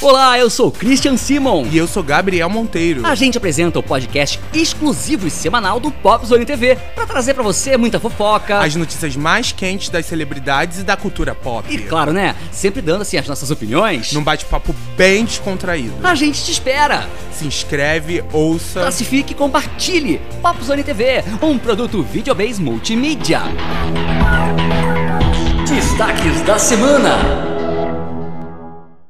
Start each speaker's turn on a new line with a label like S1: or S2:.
S1: Olá, eu sou Christian Simon.
S2: E eu sou Gabriel Monteiro.
S1: A gente apresenta o podcast exclusivo e semanal do Pop Zone TV para trazer para você muita fofoca.
S2: As notícias mais quentes das celebridades e da cultura pop.
S1: E claro, né? Sempre dando assim as nossas opiniões.
S2: Num bate-papo bem descontraído.
S1: A gente te espera.
S2: Se inscreve, ouça.
S1: Classifique e compartilhe. Pop Zone TV, um produto videobase multimídia. Destaques da semana.